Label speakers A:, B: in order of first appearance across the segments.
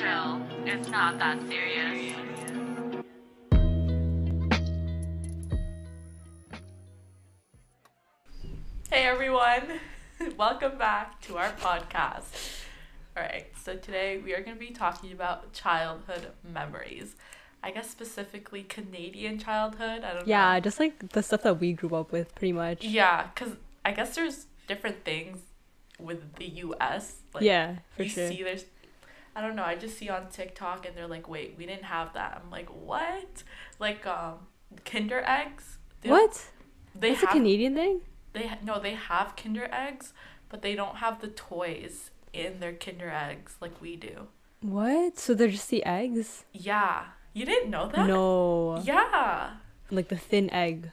A: No, it's not that serious.
B: Hey everyone, welcome back to our podcast. All right, so today we are going to be talking about childhood memories. I guess specifically Canadian childhood. I don't
C: Yeah,
B: know.
C: just like the stuff that we grew up with, pretty much.
B: Yeah, because I guess there's different things with the US. Like,
C: yeah, for
B: you
C: sure.
B: see there's I don't know, I just see on TikTok and they're like, wait, we didn't have that. I'm like, what? Like um Kinder eggs? They-
C: what?
B: They
C: That's a
B: have
C: Canadian thing?
B: they ha- no, they have Kinder eggs, but they don't have the toys in their Kinder eggs like we do.
C: What? So they're just the eggs?
B: Yeah. You didn't know that?
C: No.
B: Yeah.
C: Like the thin egg.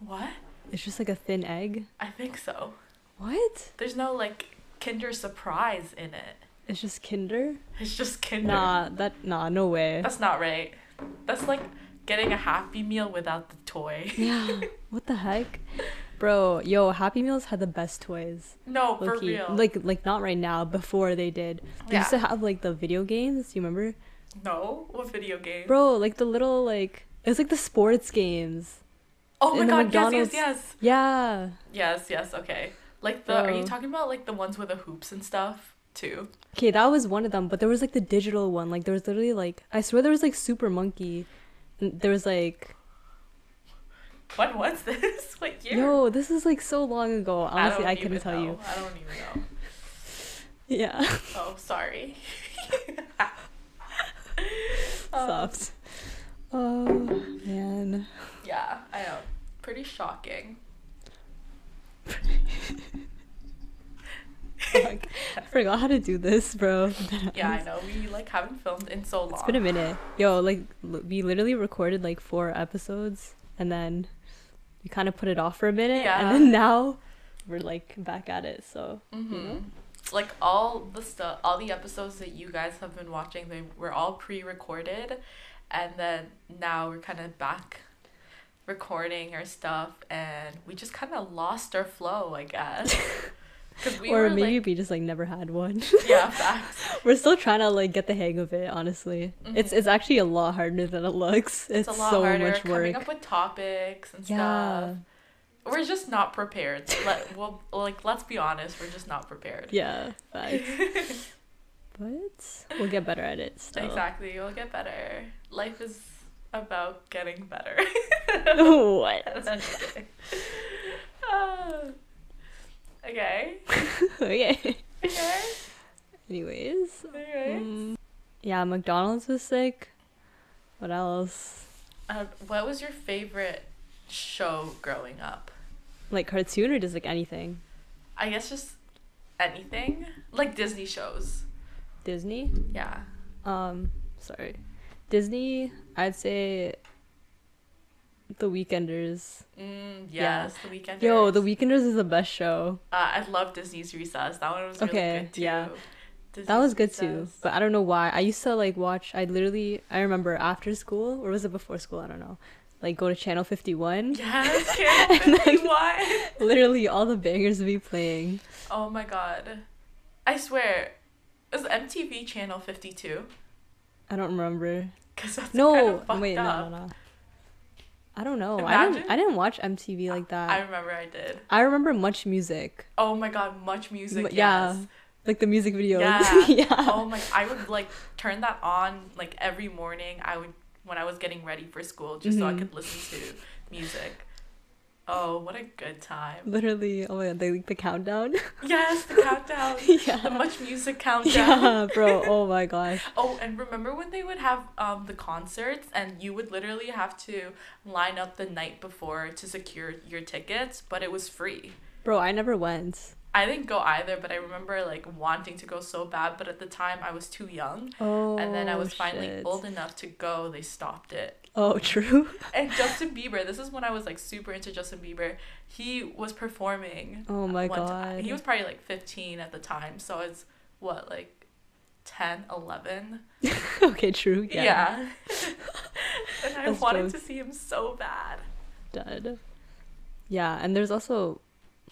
B: What?
C: It's just like a thin egg?
B: I think so.
C: What?
B: There's no like Kinder surprise in it.
C: It's just Kinder?
B: It's just Kinder.
C: Nah, that nah, no way.
B: That's not right. That's like getting a happy meal without the toy.
C: yeah. What the heck? Bro, yo, Happy Meals had the best toys.
B: no, for
C: low-key.
B: real.
C: Like like not right now, before they did. They used to
B: Yeah.
C: have like the video games, do you remember?
B: no, what video game?
C: Bro, like the little like it was like the sports games.
B: oh my
C: in the
B: god, yes, yes,
C: McDonald's.
B: yes.
C: Yeah.
B: Yes, yes, okay. Like the are you
C: Bro.
B: talking about like the ones with the hoops and stuff too?
C: Okay, that was one of them, but there was like the digital one. Like there was literally like I swear there was like Super Monkey. And there was like
B: What was this? What year?
C: yo, this is like so long ago. Honestly,
B: don't
C: I, couldn't
B: even
C: tell
B: know.
C: you.
B: I don't even know.
C: Yeah,
B: Oh, sorry. Um,
C: soft. Oh man.
B: yeah, I know. Pretty shocking.
C: Fuck. I forgot how to do this, bro.
B: Yeah, I know. We like haven't filmed in so long.
C: It's been a minute. Yo, like l- we literally recorded like four episodes and then we kind of put it off for a minute
B: Yeah.
C: and then now we're like back at it. So,
B: hmm
C: you know?
B: Like all the stuff, all the episodes that you guys have been watching, they were all pre-recorded, and then now we're kind of back recording our stuff, and we just kind of lost our flow, I guess. 'Cause we
C: or
B: were,
C: maybe
B: like-
C: we just like never had one.
B: yeah, facts.
C: We're still trying to like get the hang of it, honestly. It's
B: Mhm.
C: it's actually a lot harder than it looks. It's,
B: It's, a lot
C: so
B: harder
C: much
B: coming
C: work.
B: up with topics and
C: yeah.
B: stuff. We're just not prepared. Let well, like let's be honest, we're just not prepared.
C: Yeah. facts. but we'll get better at it still.
B: Exactly. We'll get better. Life is about getting better.
C: what?
B: Uh, okay.
C: okay.
B: Okay.
C: Anyways.
B: Alright.
C: mm, yeah, McDonald's was sick. What else?
B: Um, what was your favorite show growing up?
C: Like cartoon or just like anything?
B: I guess just anything like Disney shows.
C: Disney?
B: Yeah.
C: Um, sorry. Disney, I'd say The Weekenders.
B: Mm, yes.
C: Yeah.
B: The Weekend.
C: Yo, The Weekenders is the best show.
B: Uh, I love Disney's Recess. That one was really
C: Okay,
B: good too.
C: yeah. That
B: Disney's
C: was good too,
B: Recess.
C: but I don't know why. I used to like watch. I literally, I remember after school, or was it before school? I don't know. Like go to Channel Fifty One.
B: yes, Channel
C: then-
B: 51.
C: Literally, all the bangers would be playing.
B: Oh my god. I swear. Is MTV Channel 52?
C: I don't remember.
B: Because that's kind
C: No,
B: of fucked
C: wait,
B: up.
C: no, no, no. I don't know. I
B: Imagine-
C: didn't. I didn't watch MTV like that.
B: I
C: I,
B: remember I did.
C: remember much music.
B: Oh my god, much music.
C: M- yeah.
B: Yes.
C: Like the music videos.
B: Yeah.
C: yeah.
B: Oh my I would like turn that on like every morning. I would when I was getting ready for school just so I
C: Mhm.
B: could listen to music. Oh, what a good time.
C: Literally. Oh my god. They like the countdown.
B: Yes, the countdown. The
C: yeah.
B: much music countdown.
C: Yeah, bro. Oh my gosh.
B: Oh, and remember when they would have um, the concerts and you would literally have to line up the night before to secure your tickets, but it was free.
C: Bro, I never went.
B: I didn't go either, but I remember like wanting to go so bad, but at the time I was too young.
C: Oh.
B: And then I was finally
C: shit.
B: old enough to go, they stopped it.
C: Oh, true.
B: And Justin Bieber, this is when I was like super into Justin Bieber. He was performing.
C: Oh my
B: one ti-
C: god.
B: He was probably like 15 at the time, so it's what, like 10, 11?
C: okay, true. Yeah.
B: Yeah. and I
C: That's
B: wanted
C: gross.
B: to see him so bad.
C: Dud. Yeah, and there's also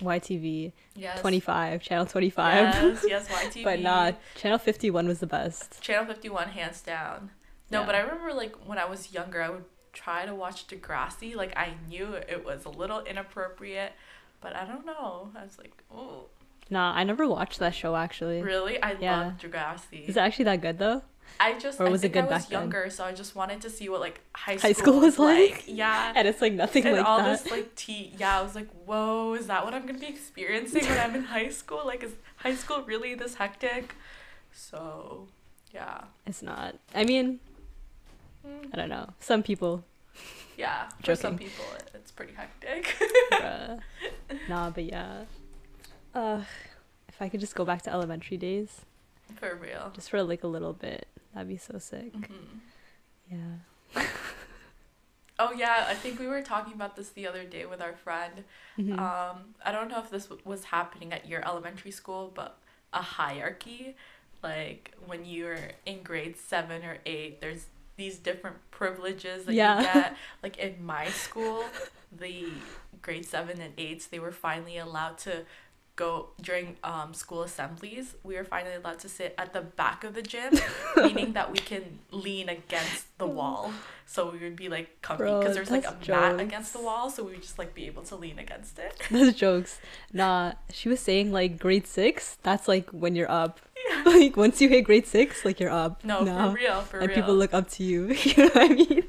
C: YTV
B: Yes.
C: 25, channel 25.
B: Yes, yes, YTV.
C: but nah, channel 51 was the best.
B: Channel 51, hands down. No,
C: Yeah.
B: but I remember like when I was younger, I would try to watch Degrassi. Like I knew it was a little inappropriate, but I don't know. I was like, oh,
C: Nah, I never watched that show actually.
B: really? I
C: Yeah.
B: love Degrassi.
C: Is it actually that good though?
B: I just,
C: or was
B: I
C: it
B: think
C: good
B: I was
C: back then?
B: younger, so I just wanted to see what like high school,
C: High school was like?
B: Yeah.
C: And it's like nothing
B: and
C: like
B: all
C: that.
B: this like tea yeah i was like whoa is that what i'm gonna be experiencing when i'm in high school like is high school really this hectic so yeah
C: It's not. I mean,
B: Mm,
C: I don't know. Some people.
B: yeah for some people it- it's pretty hectic
C: bruh. Nah, but yeah. Ugh. If I could just go back to elementary days,
B: for real
C: just for like a little bit, that'd be so sick.
B: Mhm.
C: Yeah.
B: oh yeah i think we were talking about this the other day with our friend
C: Mhm.
B: um i don't know if this w- was happening at your elementary school but a hierarchy like when you're in grade seven or eight there's these different privileges that
C: Yeah.
B: you get like in my school the grade seven and eights they were finally allowed to go during um, school assemblies we were finally allowed to sit at the back of the gym meaning that we can lean against the wall so we would be like comfy
C: Bro,
B: because there's like a
C: that's
B: mat
C: jokes.
B: against the wall so we would just like be able to lean against it
C: Those jokes. Nah, she was saying like grade six, that's like when you're up. Like once you hit grade six, like you're up.
B: no
C: Nah.
B: for real for
C: Like
B: real
C: people look up to you. you know what I mean?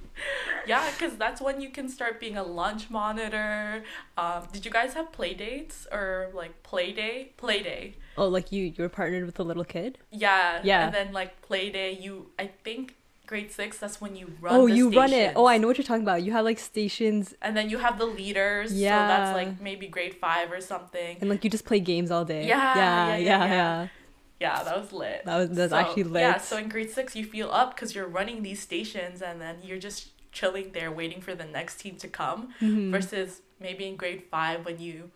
B: yeah because that's when you can start being a lunch monitor um, did you guys have play dates or like play day play day
C: Oh, like you, you were partnered with a little kid.
B: Yeah.
C: Yeah.
B: And then like play day, you I think grade six, that's when you run.
C: oh,
B: the
C: you run it. Oh, I
B: stations.
C: know what you're talking about. You have like stations,
B: And then you have the leaders. So that's
C: Yeah.
B: like maybe grade five or something.
C: and like you just play games all day.
B: Yeah, yeah,
C: yeah,
B: yeah,
C: yeah.
B: yeah.
C: yeah.
B: Yeah, that was lit.
C: That was that's
B: So,
C: actually lit.
B: Yeah, so in grade six you feel up because you're running these stations and then you're just chilling there waiting for the next team to come.
C: Mhm.
B: Versus maybe in grade five when you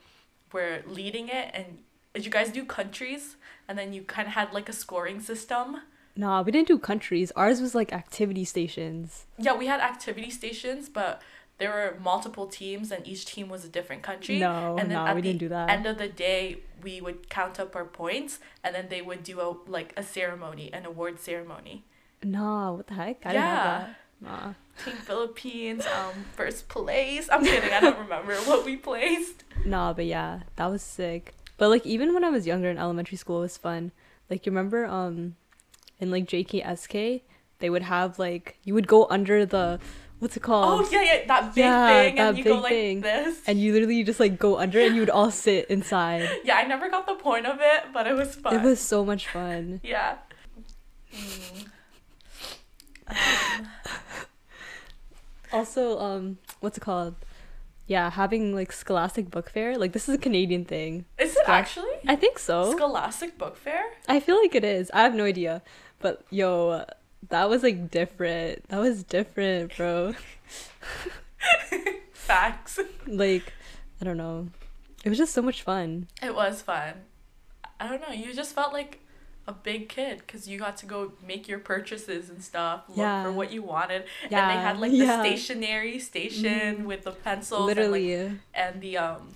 B: were leading it and did you guys do countries and then you kinda had like a scoring system.
C: Nah, we didn't do countries. Ours was like activity stations.
B: Yeah, we had activity stations, but there were multiple teams, and each team was a different country.
C: No,
B: and
C: nah,
B: at
C: we didn't
B: the
C: do that.
B: End of the day, we would count up our points, and then they would do a like a ceremony, an award ceremony.
C: Nah, what the heck? I didn't
B: Yeah.
C: have that. Nah.
B: Team Philippines, um, first place. I'm kidding. I don't remember what we placed.
C: Nah, but yeah, that was sick. But like even when I was younger in elementary school, it was fun. Like you remember, um, in like JKSK, they would have like you would go under the, what's it called?
B: Oh yeah, yeah, that big
C: yeah,
B: thing,
C: that
B: and you go
C: big
B: like
C: thing.
B: this.
C: And you literally just like go under, and you would all sit inside.
B: yeah, I never got the point of it, but it was fun.
C: It was so much fun.
B: yeah. Mm. Um,
C: Also, um, what's it called? Yeah, having like Scholastic Book Fair. Like this is a Canadian thing.
B: is it
C: Splash-
B: actually?
C: I think so.
B: Scholastic Book Fair?
C: I feel like it is. I have no idea. But yo, that was like different. That was different, bro.
B: Facts.
C: like, I don't know. It was just so much fun.
B: It was fun. I don't know. You just felt like a big kid because you got to go make your purchases and stuff, look
C: Yeah.
B: for what you wanted.
C: Yeah.
B: And they had like the
C: yeah.
B: stationery station
C: Mhm.
B: with the pencils
C: literally.
B: and, like, and the um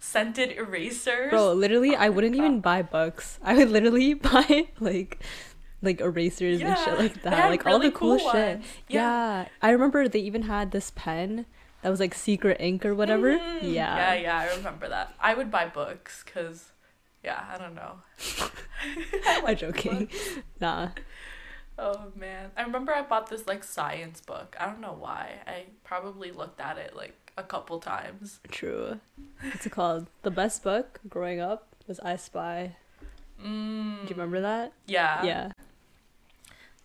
B: scented erasers.
C: bro, literally
B: Oh my
C: I wouldn't even
B: God.
C: buy books. I would literally buy like like erasers and
B: Yeah,
C: shit like
B: they
C: that.
B: had
C: Like all
B: really
C: the cool,
B: cool
C: shit.
B: ones.
C: Yeah.
B: Yeah.
C: I remember they even had this pen that was like secret ink or whatever.
B: Mhm.
C: Yeah.
B: Yeah, yeah, I remember that. I would buy books because, yeah, I don't know. I
C: I'm
B: like
C: joking. Nah.
B: Oh man. I remember I bought this like science book. I don't know why. I probably looked at it like a couple times.
C: True. What's it called? The best book growing up was I Spy.
B: Mm.
C: Do you remember that?
B: Yeah.
C: yeah.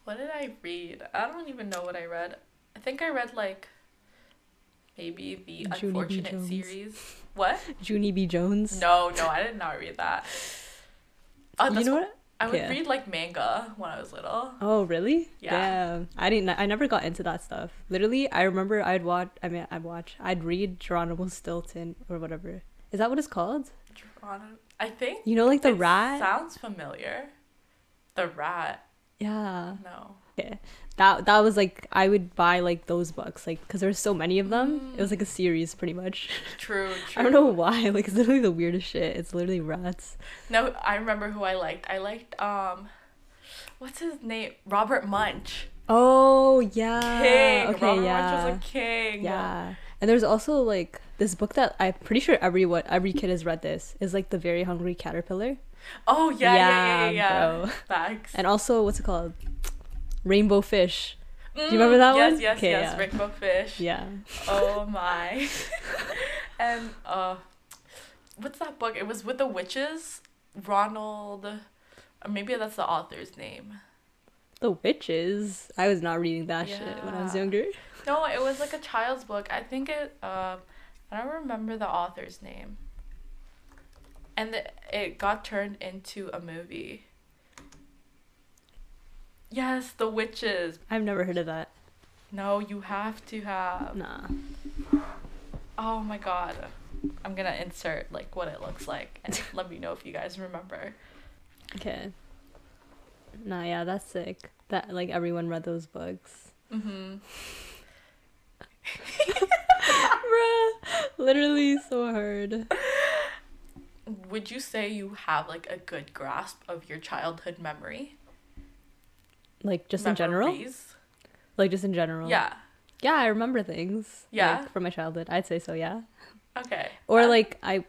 B: What did I read? I don't even know what I read. I think I read like maybe the
C: Junie B.
B: Unfortunate
C: Jones.
B: series. What?
C: Junie B. Jones.
B: No, no, I did not read that. Oh,
C: you
B: that's
C: know
B: what-
C: what?
B: I would
C: yeah.
B: read like manga when I was little.
C: Oh, really?
B: Yeah.
C: Damn. I didn't. I never got into that stuff. Literally, I remember I'd watch. I mean, I'd watch. I'd read Geronimo Stilton or whatever. Is that what it's called?
B: Geron- I think
C: You know, like the
B: it
C: rat.
B: sounds familiar. The rat.
C: Yeah.
B: No.
C: That that was like I would buy like those books like because there were so many of them. It was like a series pretty much.
B: True, true.
C: I don't know why. Like it's literally the weirdest shit. It's literally rats.
B: No, I remember who I liked. I liked um what's his name? Robert Munch.
C: Oh yeah.
B: King.
C: Okay.
B: Robert
C: yeah.
B: Munch was a king.
C: Yeah. And there's also like this book that I'm pretty sure everyone every kid has read this is like The Very Hungry Caterpillar.
B: Oh yeah, yeah, yeah, yeah.
C: Yeah,
B: yeah.
C: bro.
B: Facts.
C: And also what's it called? Rainbow Fish.
B: Mm,
C: you remember that
B: yes,
C: one?
B: Yes,
C: Okay,
B: yes,
C: yeah.
B: Rainbow Fish.
C: Yeah.
B: Oh my. and uh what's that book? It was with the witches. Ronald or maybe that's the author's name.
C: The Witches. I was not reading that shit when I was
B: Yeah.
C: younger.
B: No, it was like a child's book. I think it um I don't remember the author's name. And the, it got turned into a movie. Yes, The Witches.
C: I've never heard of that.
B: No, you have to have.
C: Nah.
B: Oh my god. I'm gonna insert like what it looks like and let me know if you guys remember.
C: Okay. Nah, yeah, that's sick. That like everyone read those books.
B: Mm-hmm.
C: Bruh. Literally so hard.
B: Would you say you have like a good grasp of your childhood memory?
C: Like just in general?
B: Memories?
C: Like just in general.
B: Yeah.
C: Yeah, I remember things.
B: Yeah?
C: Like, from my childhood. I'd say so, yeah.
B: Okay.
C: Or
B: Uh,
C: like I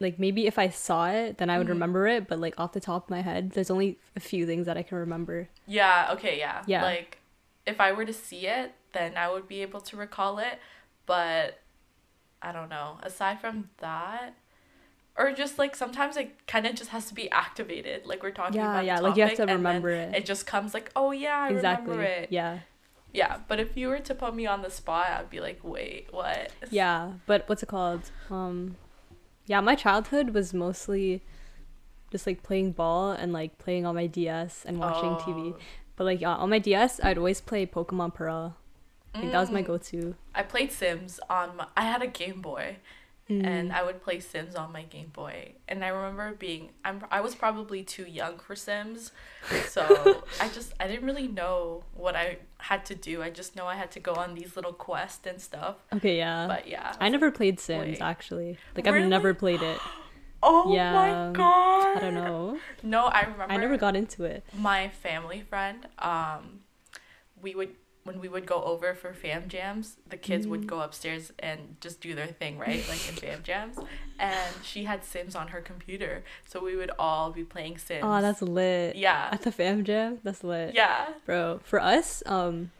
C: like maybe if I saw it, then I would
B: Mhm.
C: remember it, but like off the top of my head, there's only a few things that I can remember.
B: Yeah, okay, yeah.
C: Yeah.
B: Like if I were to see it, then I would be able to recall it, but I don't know. Aside from that, or just like sometimes it kind of just has to be activated. Like we're talking
C: Yeah,
B: about
C: yeah,
B: a
C: like you have
B: topic,
C: to
B: and then
C: remember it.
B: It just comes like, "Oh yeah, I
C: exactly.
B: remember it."
C: Yeah.
B: Yeah, but if you were to put me on the spot, I'd be like, "Wait, what?"
C: Yeah, but what's it called? Um yeah, my childhood was mostly just like playing ball and like playing on my DS and watching TV.
B: Oh.
C: But like yeah, on my DS, I'd always play Pokemon Pearl. Like that was my
B: Mm.
C: go-to.
B: I played Sims on my, I had a Game Boy
C: Mm.
B: and I would play Sims on my Game Boy. And I remember being I'm I was probably too young for Sims. So I just I didn't really know what I had to do. I just know I had to go on these little quests and stuff.
C: Mm. Okay, yeah.
B: But yeah.
C: I never played Sims
B: Wait.
C: actually. Like
B: Really?
C: I've never played it.
B: Oh
C: yeah.
B: my god.
C: I don't know.
B: No, I remember
C: I never got into it.
B: my family friend, um, we would when we would go over for fam jams, the kids
C: Mm.
B: would go upstairs and just do their thing, right? Like in fam jams. And she had Sims on her computer, so we would all be playing Sims.
C: Oh, that's lit.
B: yeah,
C: At the fam jam, that's lit.
B: yeah.
C: Bro, for us, um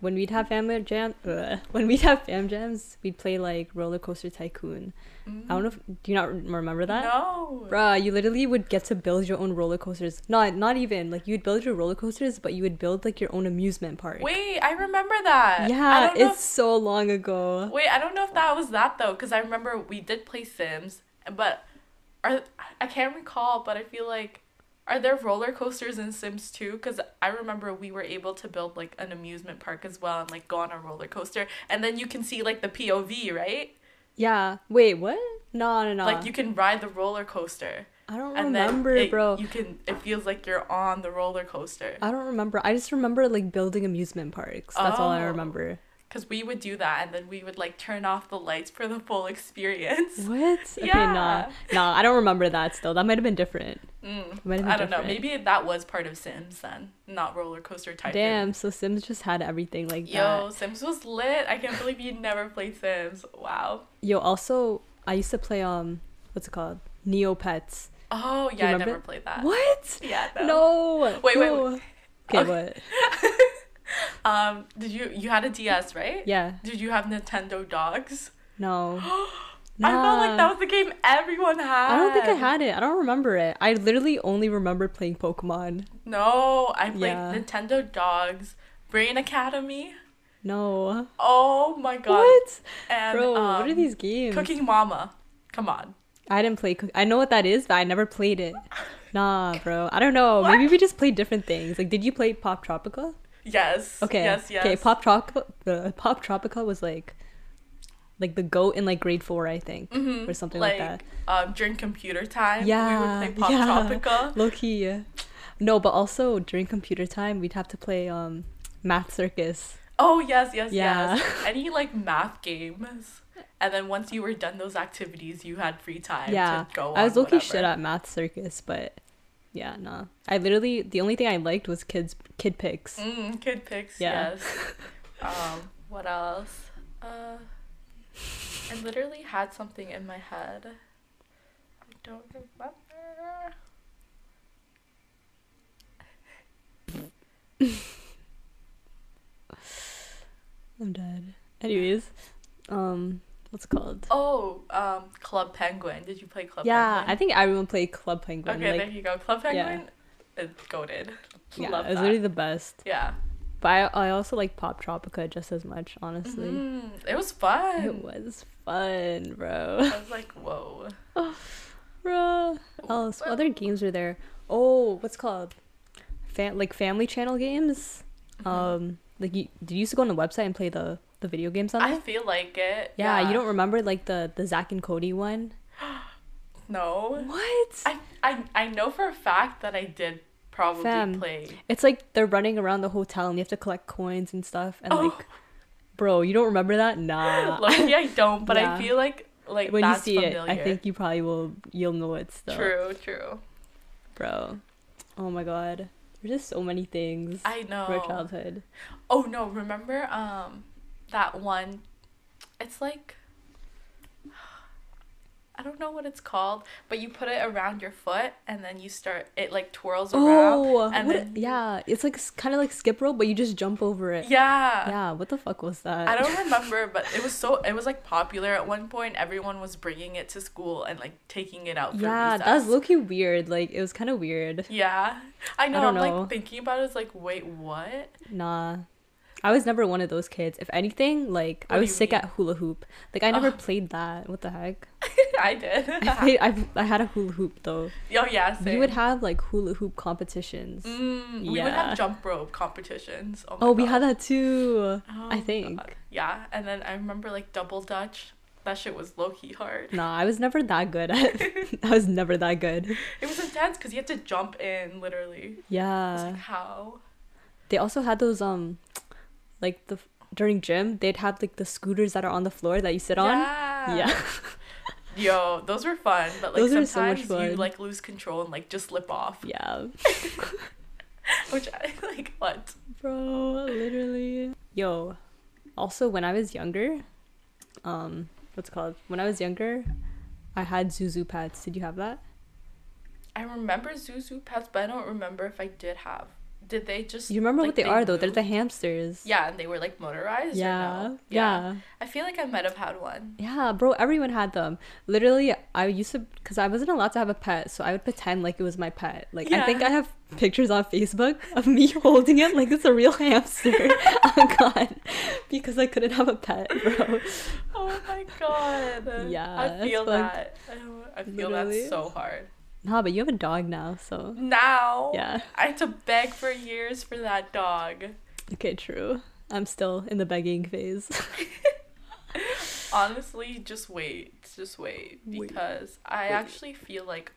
C: when we'd have fam jam ugh, when we'd have fam jams, we'd play like roller coaster tycoon. I don't know if do you not rem- remember that?
B: No,
C: Bruh, you literally would get to build your own roller coasters. Not not even like you'd build your roller coasters, but you would build like your own amusement park.
B: wait, I remember that. I
C: yeah,
B: don't know
C: it's so long ago.
B: if- wait, I don't know if that was that though, because I remember we did play Sims, but are I can't recall, but I feel like. Are there roller coasters in Sims 2? Because I remember we were able to build like an amusement park as well and like go on a roller coaster. And then you can see like the POV, right?
C: Yeah. Wait, what? No, no, no.
B: Like you can ride the roller coaster.
C: I don't
B: And
C: remember,
B: then it,
C: bro.
B: You can, it feels like you're on the roller coaster.
C: I don't remember. I just remember like building amusement parks. That's all I
B: Oh.
C: remember.
B: Because we would do that and then we would like turn off the lights for the full experience.
C: What? Okay,
B: Yeah.
C: nah. Nah, I don't remember that still. That might have been different.
B: Mm.
C: Might have been
B: I don't know.
C: different.
B: Maybe that was part of Sims then, not roller coaster type.
C: Damn, so Sims just had everything like
B: Yo,
C: that.
B: Sims was lit. I can't believe you never played Sims. Wow.
C: Yo, also, I used to play, um, what's it called? Neopets.
B: Oh, yeah, I
C: remember?
B: never played that.
C: What?
B: Yeah, no.
C: No.
B: Wait, wait,
C: no.
B: wait.
C: Okay,
B: Okay.
C: what?
B: Um, did you you had a DS, right?
C: Yeah.
B: Did you have Nintendo Dogs?
C: No.
B: I felt like
C: Nah.
B: that was the game everyone had.
C: I don't think I had it. I don't remember it. I literally only remember playing Pokemon.
B: No, I played
C: Yeah.
B: Nintendo Dogs, Brain Academy.
C: No.
B: Oh my god.
C: What?
B: And
C: Bro,
B: um,
C: what are these games?
B: Cooking Mama. Come on.
C: I didn't play. Cook- I know what that is, but I never played it. Nah, bro. I don't know. Maybe we just played different things. Like, did you play Pop Tropica?
B: Yes.
C: Okay.
B: Yes, yes.
C: Okay. Pop Tropica. The Pop Tropica was like, like the goat in like grade four, I think, or something like,
B: Um, during computer time,
C: Yeah,
B: we would play Pop
C: yeah.
B: Tropica.
C: that. Low key. No, but also during computer time, we'd have to play um Math Circus.
B: Oh yes, yes,
C: Yeah.
B: yes. Any like math games. And then once you were done those activities, you had free time
C: Yeah,
B: to go on
C: I was looking shit
B: whatever.
C: at Math Circus, but yeah, nah. I literally the only thing I liked was kids kid pics.
B: Mm, kid pics,
C: Yeah.
B: yes. um, what else? Uh, I literally had something in my head. I don't remember.
C: I'm dead. Anyways, um, what's it called?
B: Oh, um, Club Penguin. Did you play Club
C: yeah, I
B: Penguin?
C: think everyone played Club Penguin.
B: Okay,
C: like,
B: there you go. Club
C: yeah.
B: Penguin. It's goaded.
C: yeah,
B: Love
C: it was
B: that.
C: literally the best.
B: yeah.
C: But I, I also like Pop Tropica just as much, honestly.
B: Mhm. It was fun.
C: It was fun, bro.
B: I was like, whoa.
C: Bro. Else, what Oh, other games were there? Oh, what's it called? Fam- like Family Channel games.
B: Mm-hmm.
C: Um, like you, did you used to go on the website and play the the video games on
B: I
C: it?
B: feel like it.
C: Yeah, you don't remember like the the Zach and Cody one?
B: No.
C: What?
B: I, I I know for a fact that I did probably
C: Fam.
B: play.
C: It's like they're running around the hotel and you have to collect coins and stuff. And
B: Oh.
C: like, bro, you don't remember that? Nah.
B: Luckily, I don't, but
C: Uh, Yeah.
B: I feel like like
C: when you
B: that's
C: see
B: familiar.
C: it, I think you probably will. You'll know it still,
B: True, true.
C: bro. Oh my god, there's just so many things
B: I know.
C: for childhood.
B: Oh no, remember um that one it's like I don't know what it's called, but you put it around your foot and then you start it like twirls around.
C: Oh,
B: and
C: what-
B: then-
C: yeah, it's like kind of like skip rope, but you just jump over it.
B: Yeah.
C: Yeah, what the fuck was that?
B: I don't remember, but it was so it was like popular at one point. Everyone was bringing it to school and like taking it out for
C: yeah,
B: recess.
C: that was low key weird. Like it was kind of weird.
B: Yeah. I know. I
C: don't
B: am
C: know.
B: like thinking about it. It's like, wait, what?
C: Nah. I was never one of those kids. If anything, like
B: What
C: I
B: do
C: was
B: you
C: sick
B: mean?
C: at hula hoop. Like I never
B: Oh.
C: played that. What the heck?
B: I did.
C: I played. I, I had a hula hoop though.
B: oh yeah,
C: We
B: same.
C: would have like hula hoop competitions.
B: Mm, we would
C: Yeah.
B: have jump rope competitions. Oh, my
C: Oh, we
B: God.
C: had that too.
B: Oh,
C: I
B: God.
C: think.
B: Yeah, and then I remember like double dutch. That shit was low key hard.
C: Nah, I was never that good at. I was never that good.
B: It was intense because you had to jump in literally. I was
C: Yeah.
B: like, how?
C: They also had those um, like the during gym they'd have like the scooters that are on the floor that you sit on.
B: Yeah.
C: Yeah.
B: Yo, those were fun, but like
C: Those were
B: sometimes
C: so much
B: you
C: fun.
B: like lose control and like just slip off,
C: Yeah.
B: which I like what?
C: Bro, literally. Yo. Also, when I was younger, um, what's it called? When I was younger, I had Zuzu pads. Did you have that?
B: I remember Zuzu pets, but I don't remember if I did have. Did they just?
C: You remember
B: like,
C: what they, are though? They're
B: moved?
C: the hamsters.
B: Yeah, and they were like motorized. or
C: Yeah.
B: no?
C: Yeah.
B: I feel like I might have had one.
C: Yeah, bro, everyone had them. Literally, I used to, because I wasn't allowed to have a pet, so I would pretend like it was my pet. Like, I think
B: Yeah.
C: I have pictures on Facebook of me holding it like it's a real hamster. oh, God. Because I couldn't have a pet, bro.
B: Oh my god.
C: Yeah,
B: I feel
C: that's
B: that. I- I feel
C: Literally.
B: that so hard.
C: Nah, but you have a dog now, so.
B: Now,
C: Yeah.
B: I had to beg for years for that dog.
C: Okay, true. I'm still in the begging phase.
B: Honestly, just wait. Just wait.
C: Wait.
B: Because I
C: Wait.
B: actually feel like,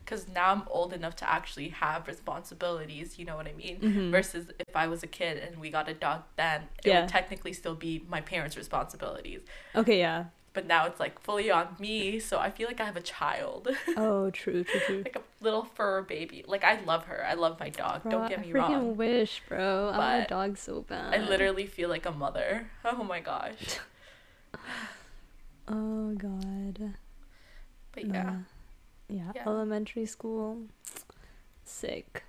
B: because now I'm old enough to actually have responsibilities, you know what I mean?
C: Mhm.
B: Versus if I was a kid and we got a dog then, it
C: Yeah.
B: would technically still be my parents' responsibilities.
C: Okay, yeah.
B: But now it's like fully on me, so I feel like I have a child.
C: Oh, true, true, true.
B: like a little fur baby. Like I love her. I love my dog.
C: Bro,
B: Don't get
C: I
B: me
C: freaking
B: wrong.
C: wish, bro. I want a
B: But
C: dog so bad.
B: I literally feel like a mother. Oh my gosh.
C: Oh, God. Uh,
B: But yeah.
C: yeah.
B: Yeah.
C: Elementary school. Sick.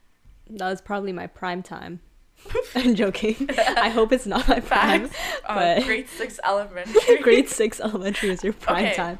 C: That was probably my prime time. I'm joking. I hope it's not my prime.
B: Facts.
C: but-
B: Um, grade six elementary.
C: Grade six elementary is your prime
B: Okay.
C: time.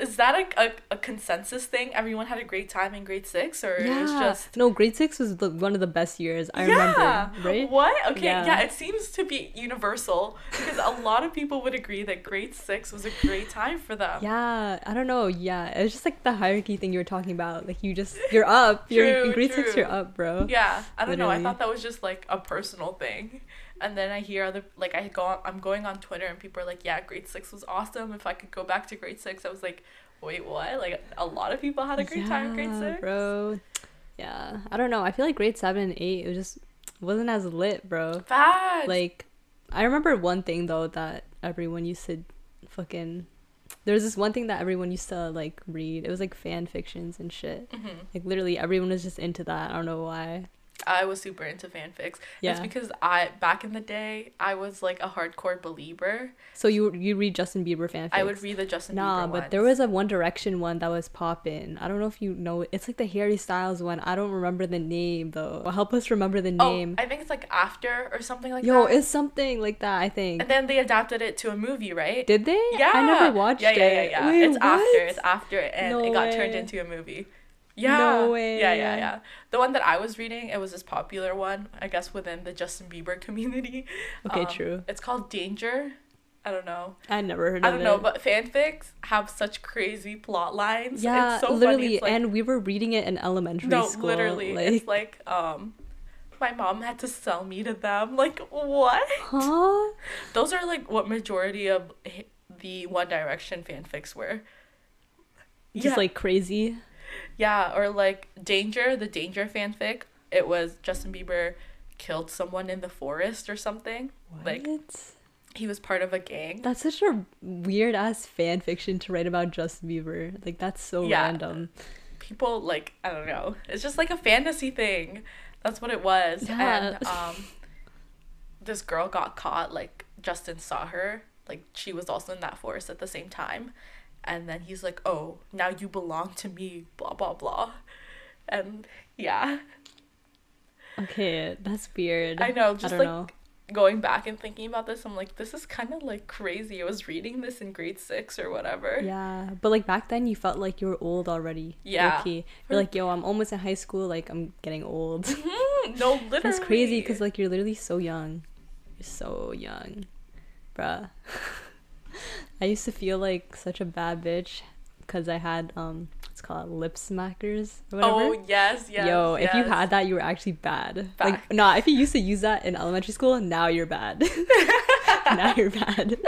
B: Is that a, a, a consensus thing? Everyone had a great time in grade six, or it was
C: Yeah.
B: just.
C: No, grade six was the, one of the best years I remember. Right?
B: What? Okay,
C: Yeah.
B: yeah. it seems to be universal because a lot of people would agree that grade six was a great time for them.
C: Yeah, I don't know. Yeah, it was just like the hierarchy thing you were talking about. Like you just you're up. You're in
B: True,
C: grade six.
B: true.
C: You're up, bro.
B: Yeah, I don't know. I
C: Literally.
B: thought that was just like a personal thing, and then I hear other like I go on, I'm going on Twitter and people are like, "Yeah, grade six was awesome. If I could go back to grade six, I was like, "Wait, what?" Like a lot of people had a great time in grade
C: Yeah,
B: six.
C: bro. Yeah, I don't know. I feel like grade seven and eight, it just wasn't as lit, bro.
B: Bad.
C: Like, I remember one thing though that everyone used to fucking. There was this one thing that everyone used to like read. It was like fan fictions and shit.
B: hmm
C: Like literally, everyone was just into that. I don't know why.
B: I was super into fanfics.
C: Yeah.
B: It's because I back in the day I was like a hardcore believer.
C: so you you read Justin Bieber fanfics?
B: I would read the Justin
C: Nah,
B: Bieber
C: but there
B: ones.
C: was a One Direction one that was poppin'. I don't know if you know it. It's like the Harry Styles one. I don't remember the name though. Help us remember the
B: oh,
C: name.
B: I think it's like after or something like
C: Yo,
B: that.
C: it's something like that. I think.
B: and then they adapted it to a movie, right?
C: Did they?
B: yeah.
C: I never watched
B: yeah,
C: it.
B: yeah, Yeah, yeah,
C: Wait,
B: it's after.
C: what?
B: It's after, and
C: No
B: it got turned
C: way.
B: into a movie. Yeah.
C: No
B: Yeah,
C: way.
B: yeah, yeah. The one that I was reading, it was this popular one, I guess, within the Justin Bieber community.
C: Okay,
B: Um,
C: true.
B: It's called Danger. I don't know.
C: I never heard
B: I
C: of
B: don't
C: it.
B: know, but fanfics have such crazy plot lines.
C: yeah,
B: it's so Funny.
C: literally,
B: It's like,
C: and we were reading it in elementary
B: no,
C: school.
B: literally,
C: like,
B: it's like um, my mom had to sell me to them. Like what?
C: huh?
B: Those are like what majority of h- the One Direction fanfics were.
C: Just like crazy.
B: yeah, or like Danger, the Danger fanfic. It was Justin Bieber killed someone in the forest or something.
C: What?
B: Like he was part of a gang.
C: that's such a weird ass fan fiction to write about Justin Bieber. Like that's so
B: Yeah.
C: random.
B: people like I don't know. It's just like a fantasy thing. That's what it was.
C: Yeah.
B: And um this girl got caught, like Justin saw her, like she was also in that forest at the same time. And then he's like, Oh, now you belong to me, blah blah blah. And yeah.
C: Okay, that's weird.
B: I know,
C: I
B: just
C: don't
B: like
C: know.
B: going back and thinking about this, I'm like, this is kinda like crazy. I was reading this in grade six or whatever.
C: Yeah, but like back then, you felt like you were old already.
B: Yeah.
C: low-key. you're like, yo, I'm almost in high school. Like I'm getting old.
B: Mhm, no, literally.
C: That's crazy because like you're literally so young. You're so young, bruh. I used to feel like such a bad bitch because I had um, it's called lip smackers or whatever.
B: Oh yes, yes.
C: Yo, if you
B: yes.
C: had that, you were actually bad. Like,
B: Facts.
C: nah, if you used to use that in elementary school, now you're bad. now you're bad,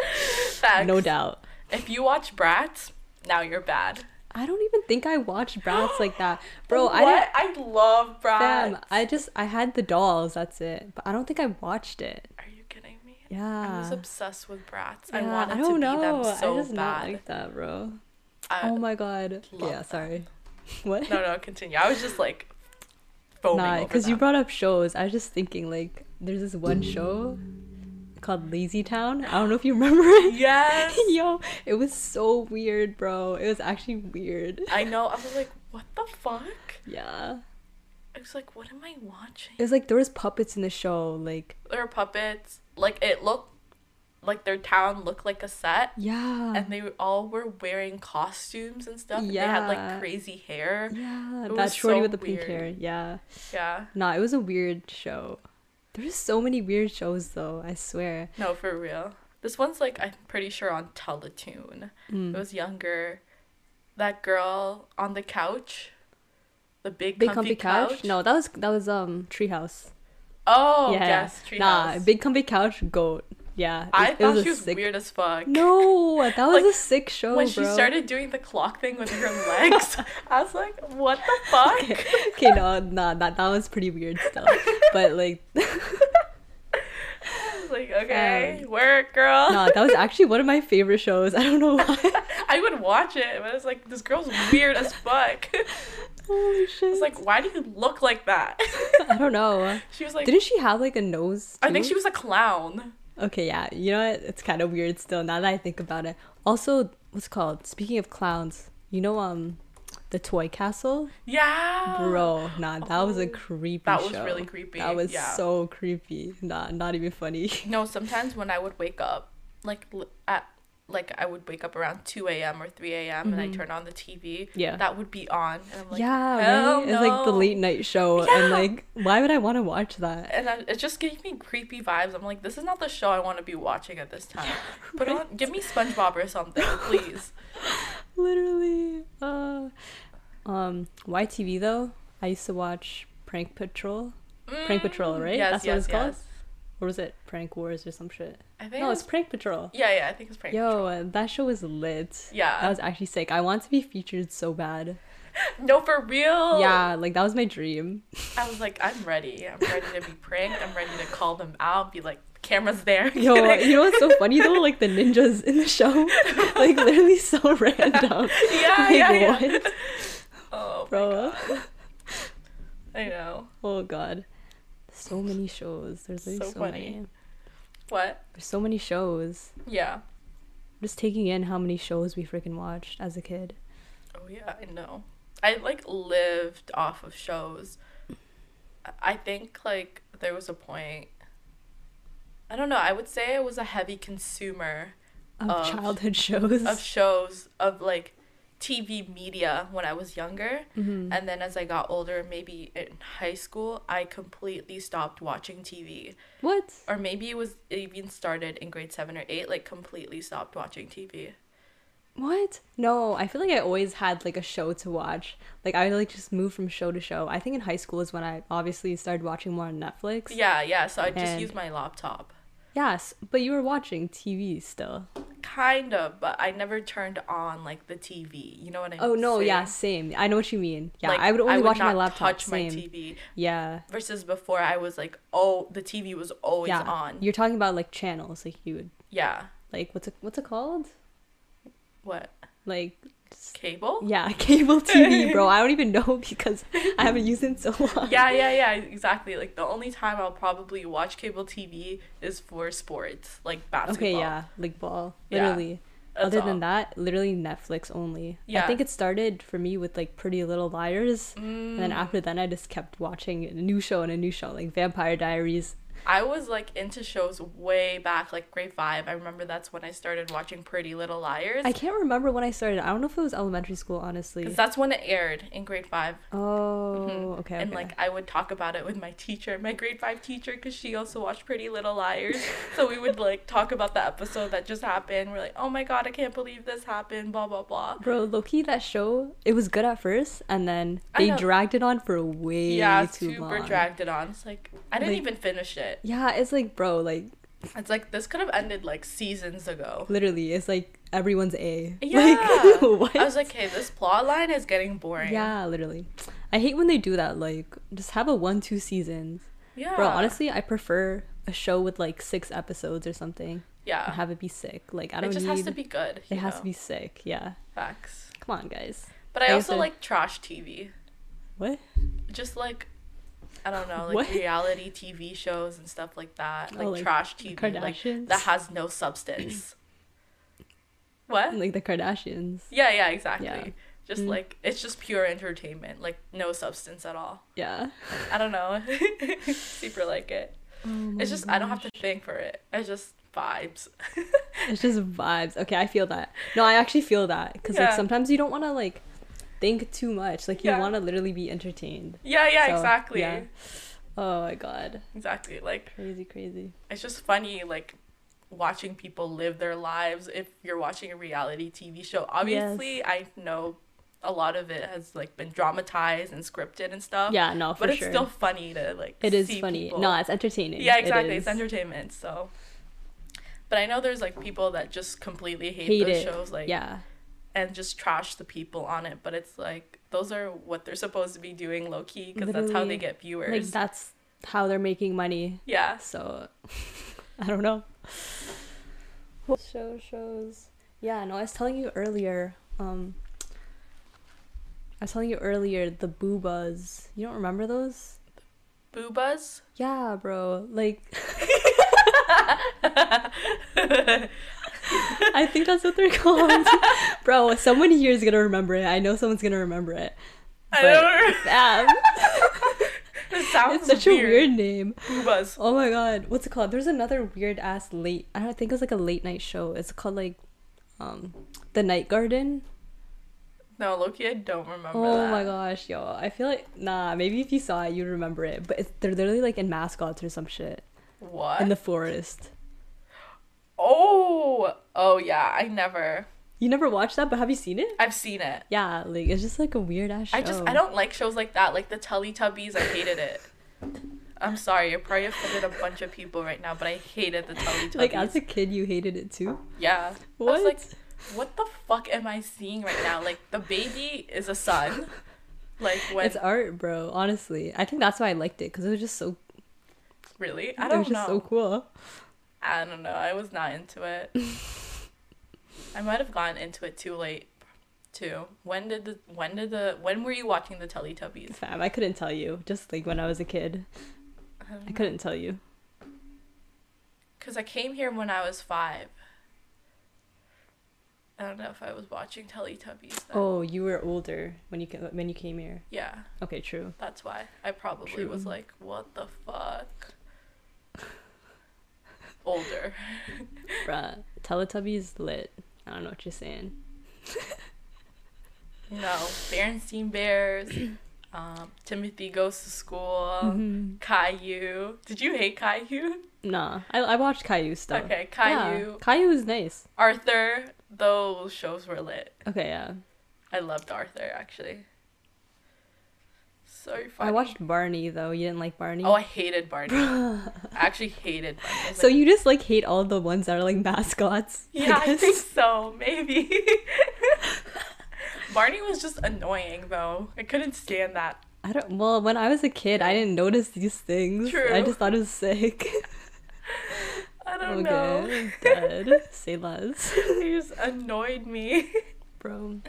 B: Facts.
C: no doubt.
B: If you watch Bratz, now you're bad.
C: I don't even think I watched Bratz like that, bro.
B: what?
C: I didn't.
B: I love Bratz.
C: Fam, I just I had the dolls. That's it. But I don't think I watched it.
B: Are you kidding me?
C: Yeah.
B: I was obsessed with Bratz. I
C: Yeah,
B: wanted to be them so bad.
C: like that, bro.
B: I-
C: oh my god.
B: love
C: Yeah,
B: that.
C: sorry. What?
B: No, no, continue. I was just like foaming
C: nah,
B: because
C: because you brought up shows. I was just thinking, like, there's this one show called Lazy Town. I don't know if you remember it.
B: Yes.
C: Yo, it was so weird, bro. It was actually weird.
B: I know. I was like, what the fuck?
C: Yeah.
B: I was like, what am I watching?
C: It was like there was puppets in the show, like
B: There were puppets. Like it looked like their town looked like a set.
C: yeah.
B: And they all were wearing costumes and stuff. And they had
C: Yeah.
B: like crazy hair.
C: yeah,
B: it
C: that
B: was
C: shorty
B: so
C: with the pink
B: weird.
C: hair. Yeah.
B: Yeah.
C: Nah, it was a weird show. There's so many weird shows though, I swear.
B: No, for real. This one's like I'm pretty sure on Teletoon.
C: Mm.
B: It was younger. That girl on the couch, the big,
C: Big
B: comfy, couch.
C: couch? No, that was that was um Treehouse.
B: Oh
C: yeah.
B: yes, Treehouse.
C: Nah, big comfy couch goat. Yeah.
B: I
C: it- it
B: thought
C: a
B: she was
C: sick-
B: weird as fuck.
C: No, that was
B: Like,
C: a sick show,
B: when
C: bro.
B: she started doing the clock thing with her legs, I was like, "What the fuck?"
C: Okay, okay, no, nah, that that was pretty weird still. But like,
B: I was like, "Okay,
C: Um,
B: work, girl."
C: nah, that was actually one of my favorite shows. I don't know why.
B: I would watch it, but I was like, "This girl's weird as fuck." I
C: Holy shit!
B: was like, "Why do you look like that?"
C: I don't know.
B: she was like,
C: Didn't she have like a nose?
B: "I think
C: too?
B: she was a clown."
C: Okay, yeah. You know what? It's kind of weird still now that I think about it. Also, what's it called? Speaking of clowns, you know um the toy castle?
B: Yeah.
C: Bro, nah, that was a
B: Oh,
C: creepy
B: that was
C: show.
B: really creepy,
C: That was
B: yeah.
C: so creepy. Nah, not even funny.
B: No, sometimes when I would wake up, like l- at like I would wake up around two a.m. or three a.m. and I turn on the TV.
C: Mm-hmm. Yeah.
B: That would be on, and I'm like,
C: yeah,
B: hell
C: right? It's like the
B: no."
C: late night show
B: Yeah.
C: and like why would I want to watch that?
B: And I, it just gave me creepy vibes. I'm like, this is not the show I want to be watching at this time. Put on, give me SpongeBob or something, please.
C: Literally. Uh um YTV though, I used to watch Prank Patrol. Prank Patrol, right?
B: Yes,
C: That's
B: Mm, yes,
C: what it's called?
B: yes.
C: Or was it Prank Wars or some shit?
B: I think.
C: No,
B: it
C: it's
B: was-
C: Prank Patrol.
B: yeah, yeah. I think it's Prank.
C: Yo, that show was lit.
B: Yeah.
C: That was actually sick. I want to be featured so bad.
B: no, for real.
C: Yeah, like that was my dream.
B: I was like, I'm ready. I'm ready to be pranked. I'm ready to call them out. Be like, the camera's there.
C: Yo, you know what's so funny though? Like the ninjas in the show, like literally so random.
B: yeah,
C: Like,
B: yeah, yeah.
C: what?
B: Oh,
C: Bro.
B: I know.
C: Oh god. So many shows. There's like
B: So
C: so,
B: funny.
C: many.
B: What?
C: There's so many shows.
B: Yeah.
C: I'm just taking in how many shows we freaking watched as a kid.
B: Oh yeah, I know. I like lived off of shows. I- I think like there was a point. I don't know. I would say I was a heavy consumer
C: Of
B: Of-
C: childhood shows.
B: of shows of like TV media when I was younger.
C: Mhm.
B: And then as I got older, maybe in high school, I completely stopped watching TV.
C: What?
B: Or maybe it was it even started in grade 7 or 8 like completely stopped watching TV.
C: What? No, I feel like I always had like a show to watch. Like I like just moved from show to show. I think in high school is when I obviously started watching more on Netflix.
B: Yeah, yeah, so I just
C: And-
B: used my laptop.
C: Yes, but you were watching TV still.
B: Kind of, but I never turned on like the TV. You know what I mean?
C: Oh no, yeah, same. I know what you mean. Yeah,
B: Like,
C: I would only watch my
B: not
C: laptop.
B: Touch
C: same.
B: my TV.
C: Yeah.
B: Versus before, I was like, oh, the TV was always
C: yeah.
B: on.
C: You're talking about like channels, like you would
B: Yeah.
C: like what's it what's it called?
B: What?
C: Like s-
B: Cable?
C: yeah, cable TV, bro. I don't even know because I haven't used it in so long.
B: yeah, yeah, yeah, exactly. Like the only time I'll probably watch cable TV is for sports, like basketball.
C: Okay, yeah, like ball,
B: Yeah,
C: literally.
B: that's
C: Other
B: all.
C: than that, literally Netflix only.
B: Yeah.
C: I think it started for me with like Pretty Little Liars, and
B: Mm.
C: then after then I just kept watching a new show and a new show, like Vampire Diaries.
B: I was like into shows way back, like grade five. I remember that's when I started watching Pretty Little Liars.
C: I can't remember when I started. I don't know if it was elementary school, honestly.
B: Because that's when it aired in grade five.
C: oh,
B: Mhm.
C: okay,
B: And
C: okay.
B: like I would talk about it with my teacher, my grade five teacher, because she also watched Pretty Little Liars. so we would like talk about the episode that just happened. We're like, oh my god, I can't believe this happened. Blah blah blah.
C: Bro, Loki, that show it was good at first, and then
B: I
C: they
B: know.
C: dragged it on for way
B: yeah,
C: too
B: super
C: long.
B: dragged it on. It's like I didn't
C: Like-
B: even finish it.
C: yeah, it's like, bro, like
B: It's like this could have ended like seasons ago.
C: literally, it's like everyone's a.
B: Yeah.
C: Like, what?
B: I was like, hey, this plot line is getting boring.
C: Yeah, literally. I hate when they do that. Like, just have a one, two seasons.
B: Yeah.
C: Bro, honestly, I prefer a show with like six episodes or something and
B: Yeah.
C: have it be sick. Like, I don't
B: Uh. It just
C: need.
B: has to be good.
C: it
B: you
C: has
B: know?
C: to be sick. Yeah.
B: facts.
C: Come on, guys.
B: But I,
C: I used
B: also
C: to-
B: like trash TV.
C: What?
B: Just like I don't know, like
C: What?
B: reality TV shows and stuff like that.
C: Oh,
B: Like,
C: like
B: trash TV. Like
C: Kardashians.
B: that has no substance. what?
C: like the Kardashians.
B: Yeah, yeah, exactly. Just
C: Mm.
B: like it's just pure entertainment, like no substance at all.
C: Yeah.
B: I don't know. Super like it.
C: Oh
B: It's just I don't have to think for it. It's just vibes.
C: It's just vibes. Okay, I feel that. No, I actually feel that because like
B: Yeah.
C: sometimes you don't want to like think too much. Like you
B: Yeah.
C: want to literally be entertained.
B: Yeah, yeah,
C: So,
B: exactly.
C: yeah. Oh my god,
B: Exactly. Like
C: crazy, crazy.
B: it's just funny like watching people live their lives if you're watching a reality TV show. Obviously, I know a lot of it has like been dramatized and scripted and stuff.
C: Yeah, no, for
B: But it's
C: sure.
B: still funny to like
C: it is
B: see
C: funny.
B: people-
C: No, it's entertaining.
B: Yeah,
C: It
B: exactly. It's
C: is.
B: entertainment, so but I know there's like people that just completely hate,
C: Hate
B: those
C: it.
B: shows like
C: yeah,
B: and just trash the people on it, but it's like those are what they're supposed to be doing low key because that's how they
C: Literally.
B: get viewers.
C: like that's how they're making money.
B: yeah.
C: So I don't know. Show shows. Yeah, no, I was telling you earlier. Um, I was telling you earlier the boobas. You don't remember those?
B: Boobas?
C: Yeah, bro. Like I think that's what they're called. bro, someone here is gonna remember it. I know someone's gonna remember it.
B: I
C: But-
B: don't
C: Damn.
B: It sounds
C: it's such a weird name.
B: boobas.
C: Oh my god. What's it called? There's another weird ass late I don't think it was like a late night show. It's called like um The Night Garden.
B: No, Loki, I don't remember
C: oh
B: that.
C: my gosh, yo. I feel like nah, maybe if you saw it you'd remember it. But it's, they're literally like in mascots or some shit.
B: What?
C: In the forest.
B: oh, oh yeah. I never.
C: You never watched that, but have you seen it?
B: I've seen it.
C: Yeah, like it's just like a weird ass show.
B: I just I don't like shows like that. Like the Teletubbies, I hated it. I'm sorry. I probably offended a bunch of people right now, but I hated the Teletubbies.
C: like as a kid you hated it too.
B: yeah. I was
C: What?
B: like, what the fuck am I seeing right now? Like the baby is a sun. Like when
C: it's art, bro. Honestly, I think that's why I liked it because it was just so.
B: really? I
C: it was
B: don't know.
C: just so cool.
B: I don't know. I was not into it. I might have gotten into it too late, too. When did the when did the when were you watching the Teletubbies?
C: Fam, I couldn't tell you. Just like when I was a kid, I couldn't tell you.
B: Because I came here when I was five. I don't know if I was watching Teletubbies. Then.
C: Oh, you were older when you ca- when you came here.
B: Yeah,
C: Okay, true.
B: that's why. I probably
C: True.
B: was like, what the fuck? Older.
C: Bruh, Teletubbies lit. I don't know what you're saying.
B: No. Berenstein Bears. Um, Timothy Goes to School. Mm-hmm.
C: Mhm.
B: Caillou. Did you hate Caillou?
C: Nah, I, I watched Caillou stuff.
B: Okay,
C: Oh, Yeah,
B: Caillou.
C: Caillou is nice.
B: Arthur. Those shows were lit.
C: Okay, yeah.
B: I loved Arthur, actually. So funny.
C: I watched Barney though. You didn't like Barney.
B: Oh, I hated Barney. I actually hated Barney. I was
C: so
B: like,
C: you just like hate all the ones that are like mascots.
B: yeah, I,
C: guess.
B: think so. Maybe. Barney was just annoying, though. I couldn't stand that.
C: I don't. Well, when I was a kid, I didn't notice these things.
B: True.
C: I just thought it was sick.
B: I don't
C: okay,
B: know.
C: dead. Say less,
B: he just annoyed me.
C: bro.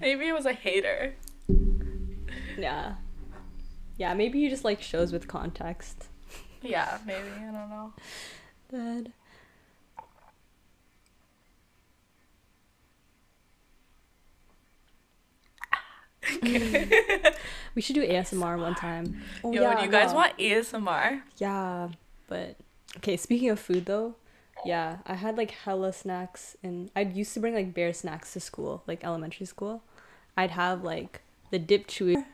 B: Maybe it was a hater.
C: Yeah, yeah. Maybe you just like shows with context.
B: Yeah, maybe. I don't know.
C: Dead. we should do ASMR one time. Oh,
B: Yo, do you guys
C: no.
B: want ASMR?
C: Yeah, but okay. Speaking of food, though, yeah, I had like hella snacks, and I used to bring like bear snacks to school, like elementary school. I'd have like the dip chewy,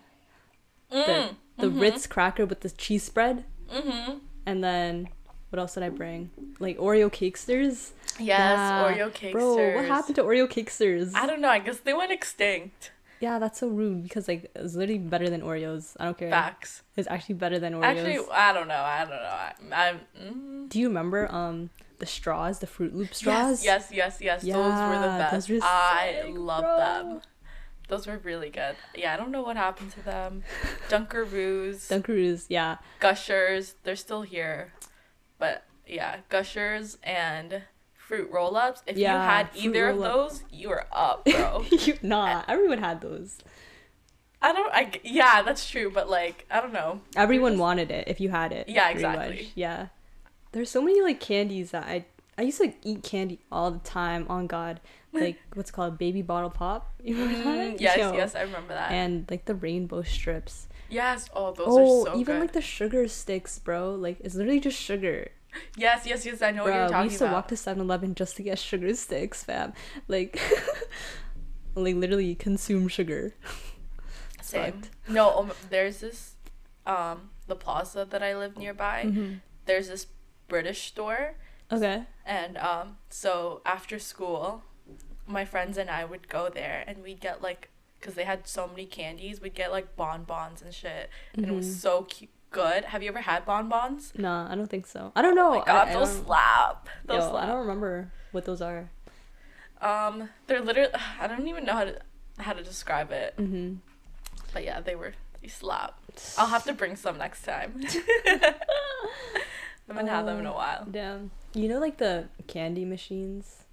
C: the, the Ritz cracker with the cheese spread,
B: Mm, Mm-hmm.
C: and then what else did I bring? Like Oreo cakesters.
B: Yes,
C: Yeah.
B: Oreo cakes.
C: Bro, what happened to Oreo cakesters?
B: I don't know. I guess they went extinct.
C: Yeah, that's so rude because like it's literally better than Oreos. I don't care.
B: Facts.
C: It's actually better than Oreos.
B: Actually, I don't know. I don't know. I, I'm. Mm,
C: do you remember um the straws, the Fruit Loop straws?
B: Yes, yes, yes, yes. those were the
C: Yeah,
B: best.
C: those were
B: I
C: sick,
B: love
C: bro.
B: them. Those were really good. Yeah, I don't know what happened to them. Dunkaroos,
C: Dunkaroos, yeah.
B: Gushers, they're still here. But yeah, Gushers and fruit roll ups. If you
C: Yeah,
B: had
C: fruit
B: either of
C: roll-up.
B: those, you were up, bro.
C: you, nah, everyone had those.
B: I don't, I, g- yeah, that's true. But like, I don't know.
C: Everyone wanted it if you had it.
B: Yeah,
C: pretty much.
B: exactly.
C: Yeah. There's so many like candies that I I used to eat candy all the time. On God, like what's it called baby bottle pop. You remember
B: Mm,
C: that?
B: yes,
C: Yo.
B: yes, I remember that.
C: And like the rainbow strips.
B: yes, oh, Uh, those
C: oh,
B: are so
C: even
B: good.
C: like the sugar sticks, bro. Like it's literally just sugar.
B: yes, yes, yes, I know what you're
C: Bro,
B: talking
C: we used to
B: about.
C: walk to 7-Eleven just to get sugar sticks, fam. Like, like literally consume sugar.
B: Same.
C: Sucked.
B: No, um, there's this, um, the plaza that I
C: Oh.
B: live nearby.
C: Mm-hmm.
B: There's this British store,
C: Okay.
B: and um, so after school, my friends and I would go there, and we'd get like, cause they had so many candies, we'd get like bonbons and shit, and it
C: Mm-hmm.
B: was so cute. Good. Have you ever had bonbons?
C: Nah, I don't think so. I don't know.
B: Oh my God,
C: I, I
B: those
C: don't-
B: slap. Those
C: Yo, I
B: slap.
C: don't remember what those are.
B: Um, they're literally. I don't even know how to how to describe it.
C: Mm-hmm.
B: But yeah, they were they slap. I'll have to bring some next time. I haven't had them
C: Uh,
B: in a while.
C: Damn. You know, like the candy machines.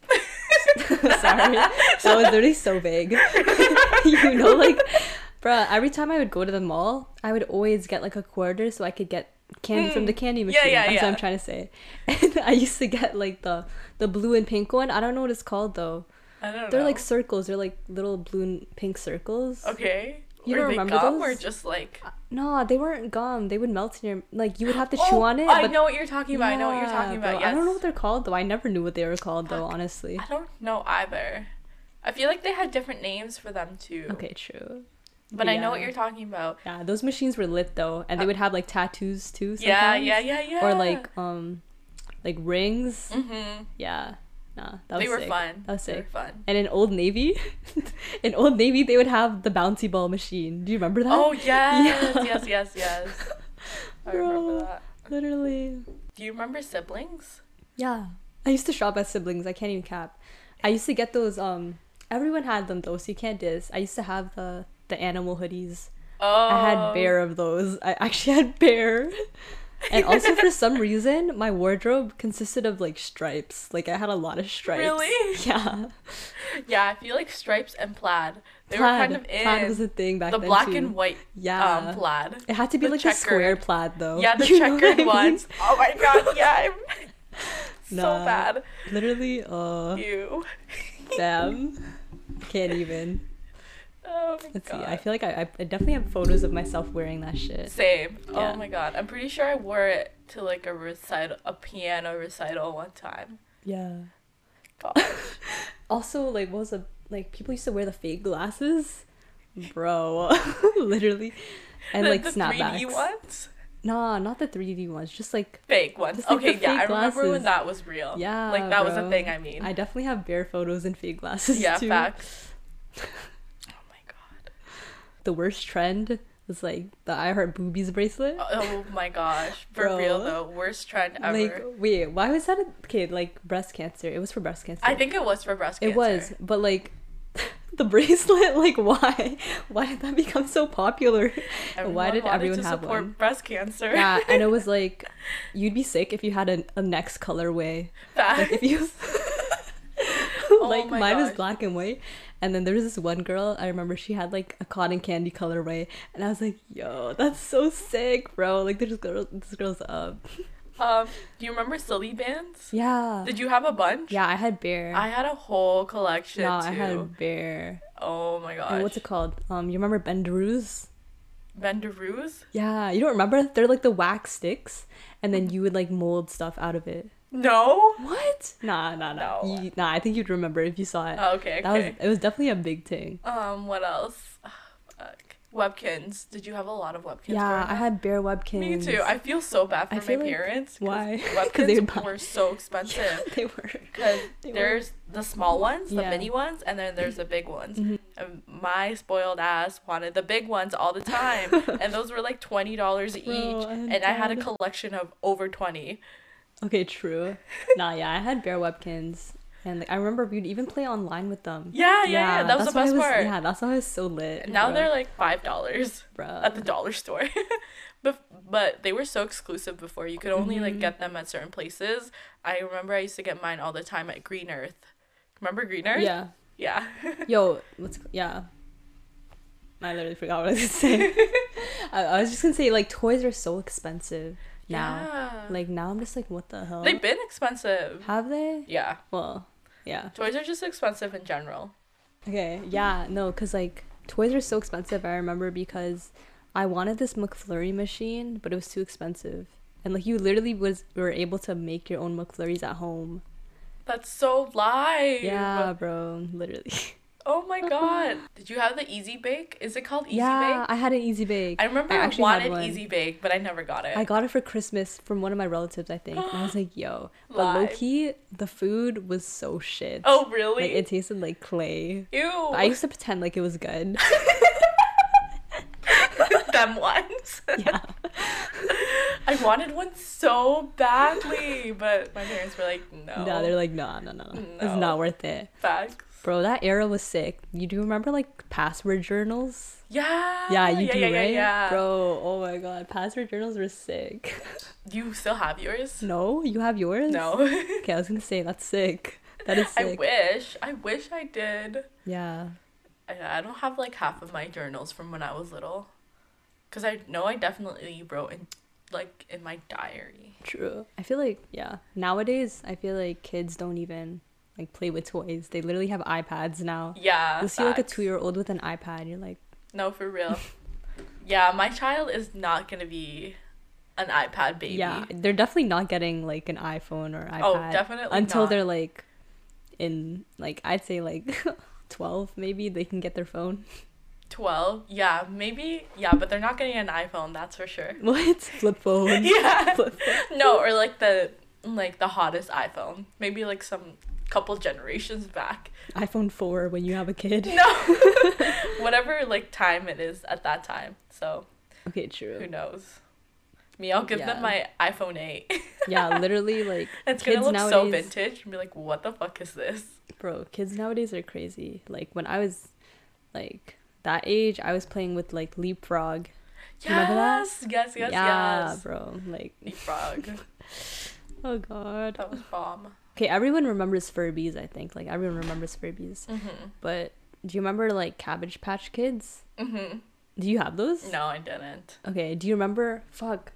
C: Sorry, that was literally so vague. you know, like, bruh, every time I would go to the mall, I would always get like a quarter so I could get candy from the candy machine.
B: Hmm. Yeah, yeah,
C: That's what I'm
B: yeah.
C: trying to say. And I used to get like the the blue and pink one. I don't know what it's called though.
B: I don't
C: They're
B: know.
C: like circles. They're like little blue and pink circles.
B: okay.
C: You
B: Were
C: don't
B: they
C: remember
B: gum or
C: those?
B: just like
C: No, they weren't gum. They would melt in your like you would have to
B: Oh,
C: chew on it.
B: I
C: but
B: know what you're talking about. I know what you're
C: Yeah,
B: talking about.
C: bro.
B: Yes.
C: I don't know what they're called though. I never knew what they were called though,
B: Fuck.
C: honestly.
B: I don't know either. I feel like they had different names for them too.
C: Okay, true.
B: But I know what
C: yeah.
B: you're talking about.
C: Yeah, those machines were lit though, and they would have like tattoos too. Sometimes.
B: Uh, Yeah, yeah, yeah, yeah.
C: Or like um, like rings.
B: Mm-hmm.
C: Yeah, nah, that was
B: They were
C: sick.
B: fun.
C: That was
B: They were
C: sick.
B: fun.
C: And in Old Navy, in Old Navy they would have the bouncy ball machine. Do you remember that?
B: Oh yes,
C: Yeah.
B: yes, yes, yes. I
C: Bro.
B: remember that.
C: literally.
B: Do you remember siblings?
C: Yeah. I used to shop at siblings. I can't even cap. I used to get those. Um, everyone had them though, so you can't diss. I used to have the the animal hoodies.
B: Oh.
C: I had bear of those. I actually had bear. And also for some reason, my wardrobe consisted of like stripes. Like I had a lot of stripes.
B: Really?
C: Yeah.
B: Yeah, I feel like stripes and plaid. They
C: plaid.
B: were kind of in
C: plaid was a thing back
B: the
C: then
B: black
C: too.
B: and white
C: Yeah.
B: um, plaid.
C: it had to be
B: the
C: like a square
B: checkered.
C: plaid though.
B: Yeah, the
C: You know what I
B: checkered
C: mean?
B: ones. Oh my god, yeah, I'm
C: Nah.
B: so bad.
C: Literally, uh,
B: You.
C: damn. Can't even.
B: Oh my
C: Let's
B: god.
C: see. I feel like I, I- I definitely have photos of myself wearing that shit.
B: Same.
C: Yeah.
B: Oh my god. I'm pretty sure I wore it to like a recital, a piano recital one time.
C: Yeah.
B: God.
C: Also, like, what was the like? People used to wear the fake glasses, bro. Literally, and
B: The-
C: like
B: the 3D
C: snapbacks.
B: ones?
C: Nah, not the three D ones. Just like,
B: Fake ones.
C: Just, like, the
B: okay, yeah, I
C: fake
B: remember
C: glasses.
B: when that was real.
C: yeah.
B: Oh, Like that was a
C: bro.
B: thing, I mean.
C: I definitely have bare photos and fake glasses
B: yeah,
C: too.
B: facts. Oh my god.
C: The worst trend was like the I heart boobies bracelet.
B: Oh my gosh. For real
C: Bro.
B: though, worst trend ever.
C: like, wait, why was that a kid? Like breast cancer. It was for breast cancer.
B: I think it was for breast cancer.
C: It was, but like the bracelet, like why? Why did that become so popular? And why did
B: wanted
C: everyone
B: to
C: have
B: support
C: one?
B: breast cancer?
C: Yeah, and it was like you'd be sick if you had a, a next colorway. Like
B: Facts.
C: if you like
B: Oh my
C: mine was
B: gosh.
C: black and white, and then there was this one girl I remember she had like a cotton candy colorway, and I was like, yo, that's so sick, bro. Like this girl, this girl's up.
B: Um, do you remember silly bands?
C: Yeah.
B: Did you have a bunch?
C: Yeah, I had bear.
B: I had a whole collection
C: no,
B: too.
C: I had bear.
B: Oh my gosh.
C: And what's it called? Um, you remember Bendaroos?
B: Bendaroos?
C: Yeah, you don't remember? They're like the wax sticks, and
B: Mm-hmm.
C: then you would like mold stuff out of it.
B: No.
C: What? Nah, nah, nah.
B: No.
C: You- nah, I think you'd remember if you saw it.
B: Oh, okay.
C: That was
B: Okay.
C: it was definitely a big thing.
B: Um, what else? Fuck. Webkins. Did you have a lot of webkins?
C: yeah,
B: growing
C: I
B: up?
C: had bear webkins.
B: Me too. I feel so bad for
C: I feel
B: my
C: like-
B: parents.
C: why? 'Cause they
B: Webkins
C: buy-
B: were so expensive.
C: they were.
B: Because
C: They were- Mm-hmm.
B: there's the small ones, the
C: Yeah.
B: mini ones, and then there's the big ones.
C: Mhm.
B: And my spoiled ass wanted the big ones all the time, and those were like twenty dollars each.
C: Bro, I'm
B: and I had a
C: dead.
B: collection of over twenty.
C: Okay, true. nah, yeah, I had bear webkins, and like, I remember we'd even play online with them.
B: Yeah, yeah, yeah. That was the
C: that's why I
B: best part.
C: Yeah, that's why I was so lit.
B: Now
C: bro.
B: they're like five dollars
C: Bruh.
B: at the dollar store, but but they were so exclusive before. You could only like
C: Mhm.
B: get them at certain places. I remember I used to get mine all the time at Green Earth. Remember Green Earth?
C: yeah.
B: Yeah.
C: Yo, what's yeah. I literally forgot what I was gonna say. I, I was just gonna say like toys are so expensive now.
B: Yeah.
C: Like now I'm just like what the hell?
B: They've been expensive.
C: Have they?
B: Yeah.
C: Well, yeah.
B: Toys are just expensive in general.
C: Okay, yeah, no, cause like toys are so expensive. I remember because I wanted this McFlurry machine, but it was too expensive. And like you literally was were able to make your own McFlurries at home.
B: That's so live.
C: Yeah, bro, literally.
B: Oh my god. Did you have the Easy Bake? Is it called Easy
C: yeah,
B: Bake?
C: I had an easy bake.
B: I remember
C: I
B: I,
C: actually had
B: wanted
C: one.
B: Easy Bake, but I never got it.
C: I got it for Christmas from one of my relatives, I think. And I was like, yo. But
B: Live.
C: low key, the food was so shit.
B: oh really? Oh.
C: Like, it tasted like clay.
B: Ew.
C: But I used to pretend like it was good.
B: them ones.
C: yeah.
B: I wanted one so badly, but my parents were like, no.
C: No, they're like, no, no, no, no. It's
B: No.
C: not worth it.
B: facts.
C: Bro, that era was sick. You do remember, like, password journals?
B: Yeah.
C: Yeah, you do,
B: Ah, yeah, Yeah,
C: right?
B: yeah.
C: Bro, oh my god. Password journals were sick.
B: You still have yours?
C: no? You have yours?
B: No.
C: Okay, I was gonna say, that's sick. That is
B: I
C: sick.
B: wish. I wish I did.
C: yeah.
B: I, I don't have like half of my journals from when I was little. Because I know I definitely wrote in like in my diary.
C: True. I feel like yeah. Nowadays, I feel like kids don't even like play with toys. They literally have iPads now.
B: Yeah.
C: You'll see like a
B: facts.
C: two-year-old with an iPad. You're like,
B: No, for real. yeah, my child is not going to be an iPad baby.
C: yeah, they're definitely not getting like an iPhone or iPad.
B: Oh, definitely
C: until
B: not.
C: they're like in like I'd say like twelve maybe they can get their phone.
B: 12. Yeah, maybe. Yeah, but they're not getting an iPhone, that's for sure.
C: What flip phone?
B: yeah.
C: Flip phone.
B: No, or like the like the hottest iPhone. Maybe like some couple generations back.
C: iPhone four when you have a kid.
B: No. Whatever like time it is at that time. So,
C: Okay,
B: who
C: true.
B: knows. Me, I'll give
C: Yeah.
B: them my iPhone 8.
C: Yeah, literally, like,
B: It's
C: Kids
B: gonna look so
C: nowadays-
B: vintage and be like, what the fuck is this?
C: bro, kids nowadays are crazy. Like, when I was, like, that age, I was playing with, like, Leapfrog. You remember that?
B: Yes, yes, yes,
C: yeah,
B: yes.
C: bro. Like,
B: Leapfrog.
C: oh, God.
B: that was bomb.
C: Okay, everyone remembers Furbies, I think. Like, everyone remembers Furbies.
B: Mm-hmm.
C: But do you remember, like, Cabbage Patch Kids?
B: Mm-hmm.
C: Do you have those?
B: No, I didn't.
C: Okay, do you remember? Fuck.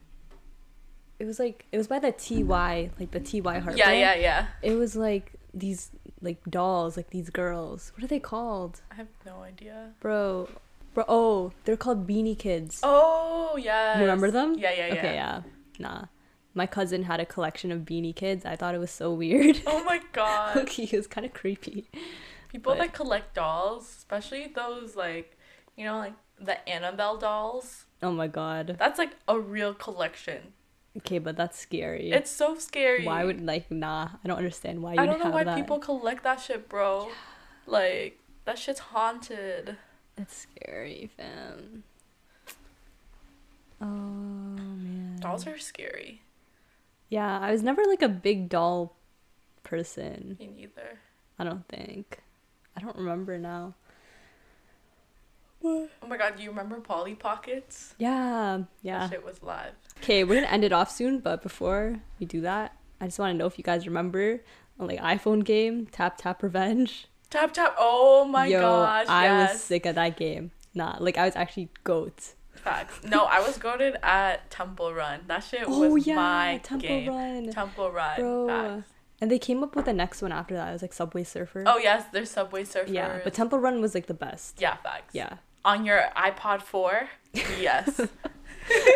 C: It was like it was by the TY, like the TY Harper.
B: Yeah, yeah, yeah.
C: It was like these like dolls, like these girls. What are they called,
B: I have no idea.
C: bro? Bro, oh, they're called Beanie Kids.
B: Oh, yeah.
C: you remember them?
B: Yeah, yeah, yeah.
C: Okay, yeah. Nah, my cousin had a collection of Beanie Kids. I thought it was so weird.
B: Oh my god.
C: okay, it was kind of creepy.
B: People
C: But-
B: that collect dolls, especially those like, you know, like the Annabelle dolls.
C: Oh my god.
B: That's like a real collection.
C: Okay, but that's scary.
B: It's so scary.
C: why would like nah? I don't understand why you
B: I don't know
C: have
B: why
C: that.
B: people collect that shit, bro. Like that shit's haunted.
C: That's scary, fam. Oh man.
B: Dolls are scary.
C: Yeah, I was never like a big doll person.
B: Me neither.
C: I don't think. I don't remember now.
B: Oh my god, you remember Polly Pockets?
C: Yeah,
B: That
C: yeah.
B: shit was live.
C: Okay, we're gonna end it off soon, but before we do that, I just want to know if you guys remember like iPhone game Tap Tap Revenge.
B: Tap tap. Oh my
C: Yo,
B: gosh.
C: I
B: yes.
C: was sick of that game. Nah, like I was actually goat.
B: Facts. No, I was goaded at Temple Run. That shit
C: Oh
B: was
C: yeah,
B: my
C: Temple
B: game.
C: Run.
B: Temple Run.
C: Bro.
B: Facts.
C: And they came up with the next one after that. It was like Subway Surfer.
B: Oh yes, there's Subway Surfers.
C: yeah, but Temple Run was like the best.
B: yeah, facts.
C: Yeah.
B: On your iPod 4? Yes.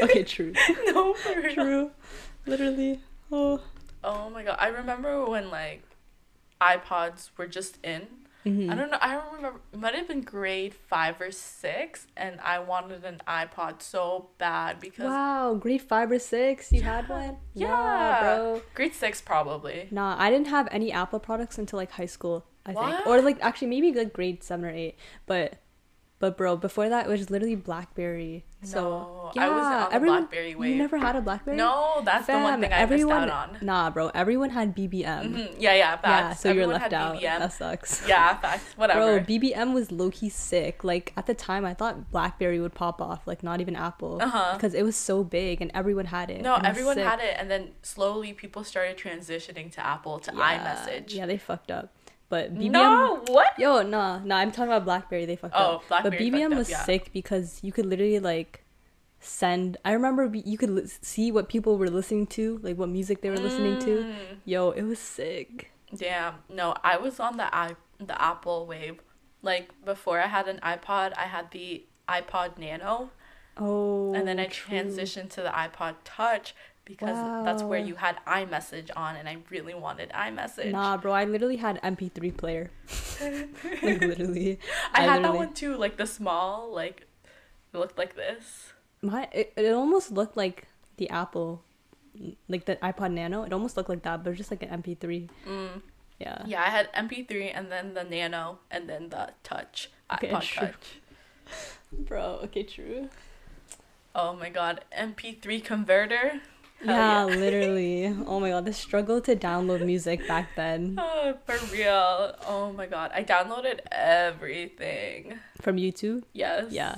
C: Okay, true.
B: no, for real.
C: true. Literally. Oh.
B: Oh my god. I remember when like iPods were just in.
C: Mm-hmm.
B: I don't know. I don't remember. It might have been grade five or six, and I wanted an iPod so bad because
C: Wow, grade five or six, you had one?
B: yeah,
C: Nah, bro.
B: grade six probably.
C: Nah, I didn't have any Apple products until like high school, I
B: What?
C: think. Or like actually maybe like grade seven or eight. But but bro, before that it was literally Blackberry. So
B: No, I was on the Blackberry
C: You
B: wave.
C: never had a Blackberry?
B: No, that's the one
C: Fam,
B: thing I
C: everyone,
B: missed out on.
C: Nah, bro, everyone had BBM.
B: Mhm, Yeah, yeah, facts.
C: Yeah, so
B: Everyone
C: you're left
B: had
C: out.
B: BBM.
C: That sucks.
B: Yeah, facts. Whatever.
C: Bro, BBM was low key sick. Like at the time, I thought BlackBerry would pop off, like not even Apple,
B: Uh-huh.
C: because it was so big and everyone had it.
B: no, everyone had it, and then slowly people started transitioning to Apple to iMessage.
C: Yeah, they fucked up. But BBM.
B: No, what?
C: Yo, nah, nah. I'm talking about BlackBerry. They fucked
B: Oh,
C: up.
B: BlackBerry
C: But BBM
B: fucked up,
C: was
B: yeah.
C: sick because you could literally like send. I remember be- you could li- see what people were listening to, like what music they were listening to.
B: Mm.
C: Yo, it was sick.
B: Damn. No, I was on the i the Apple wave. Like before I had an iPod, I had the iPod Nano,
C: Oh.
B: and then I
C: true.
B: transitioned to the iPod Touch because that's where
C: Wow.
B: you had iMessage on and I really wanted iMessage.
C: Nah, bro, I literally had MP3 player. like literally.
B: I, had that
C: literally-
B: one too, like the small, like it looked like this.
C: My it, it almost looked like the Apple like the iPod Nano. It almost looked like that, but it was just like an MP3.
B: Mm.
C: Yeah.
B: Yeah, I had MP3 and then the Nano and then the Touch,
C: Okay,
B: iPod
C: true.
B: Touch.
C: Bro, okay, true.
B: Oh my god, MP3 converter. Hell
C: Yeah, literally. Oh my god, the struggle to download music back then
B: Oh, for real. Oh my god. I downloaded everything.
C: from YouTube.
B: Yes.
C: Yeah.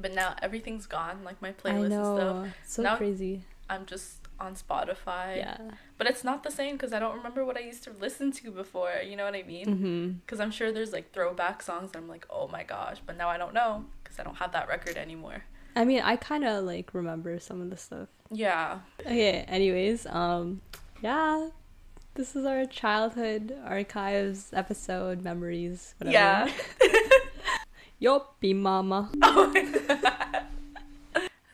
B: But now everything's gone, like my
C: I
B: playlist and stuff.
C: know. So
B: Now-
C: crazy.
B: I'm just on Spotify.
C: Yeah.
B: But it's not the same because I don't remember what I used to listen to before. You know what I mean?
C: Mhm.
B: Because I'm sure there's like throwback songs that I'm like, oh my gosh. But now I don't know because I don't have that record anymore.
C: I mean, I kind of like remember some of the stuff.
B: Yeah.
C: Okay, anyways, um yeah. This is our childhood archives episode memories, whatever.
B: Yeah.
C: Yoppy mama.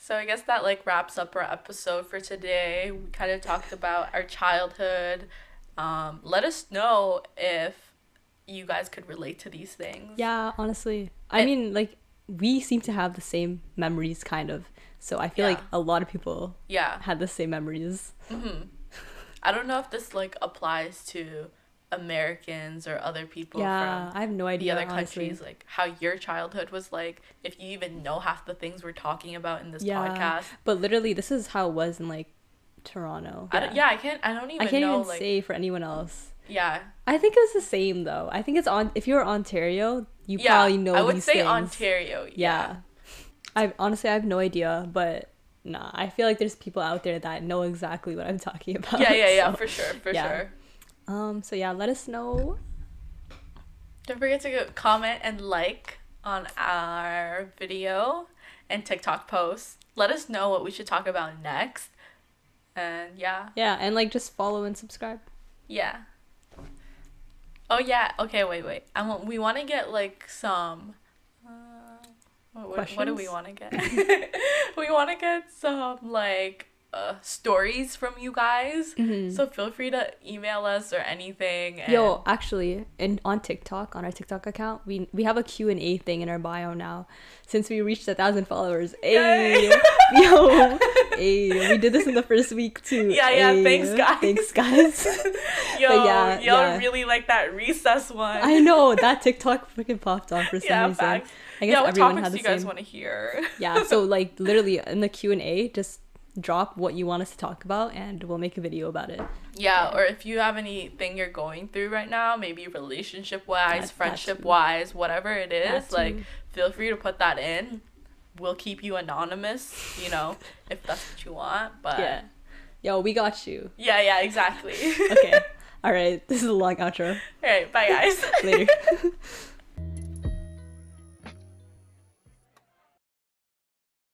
B: So I guess that like wraps up our episode for today. We kind of talked about our childhood. Um, let us know if you guys could relate to these things.
C: Yeah, honestly. I
B: And-
C: mean, like we seem to have the same memories kind of. So I feel
B: Yeah.
C: like a lot of people
B: Yeah.
C: had the same memories.
B: I don't know if this like applies to Americans or other people
C: yeah,
B: from
C: I have no idea.
B: the other
C: honestly.
B: countries, like how your childhood was like, if you even know half the things we're talking about in this
C: Yeah.
B: podcast.
C: But literally, this is how it was in like Toronto.
B: I don't, yeah, I can't. I don't even
C: I can't
B: know.
C: even
B: like,
C: say for anyone else.
B: yeah,
C: I think it's the same though. I think it's on. If you're Ontario, you
B: yeah.
C: probably know.
B: I would
C: these
B: say
C: things.
B: Ontario.
C: Yeah. I honestly I have no idea, but nah, I feel like there's people out there that know exactly what I'm talking about.
B: yeah, yeah, yeah,
C: so-
B: for sure, for
C: yeah.
B: sure.
C: um. So yeah, let us know.
B: Don't forget to go comment and like on our video and TikTok posts. Let us know what we should talk about next. And yeah,
C: Yeah, and like just follow and subscribe.
B: yeah. Oh yeah. Okay. Wait. Wait. I want. We want to get like some. Uh, what, what, what do we
C: Questions?
B: want to get? we want to get some like uh, stories from you guys. So feel free to email us or anything. And
C: Mm-hmm. Yo, actually, and on TikTok, on our TikTok account, we we have a Q and A thing in our bio now. Since we reached a thousand followers,
B: Yay!
C: hey, yo, hey, we did this in the first week too.
B: Yeah, yeah,
C: ayy.
B: thanks, guys.
C: Thanks, guys.
B: Yo,
C: yeah,
B: y'all
C: yeah.
B: really like that recess one.
C: I know that TikTok freaking popped off for some
B: yeah,
C: reason.
B: facts.
C: I guess
B: yeah, what
C: everyone
B: topics
C: had
B: do
C: the
B: you guys
C: same.
B: want to hear?
C: yeah, so like literally in the Q and A, just drop what you want us to talk about, and we'll make a video about it.
B: Yeah, or if you have anything you're going through right now, maybe relationship
C: That-
B: wise,
C: that
B: friendship
C: too.
B: wise, whatever it is,
C: That
B: like
C: too.
B: feel free to put that in. We'll keep you anonymous, you know, if that's what you want. But
C: yeah, yo, we got you.
B: yeah, yeah, exactly.
C: Okay, all right, this is a long outro.
B: All right, bye guys.
C: Later.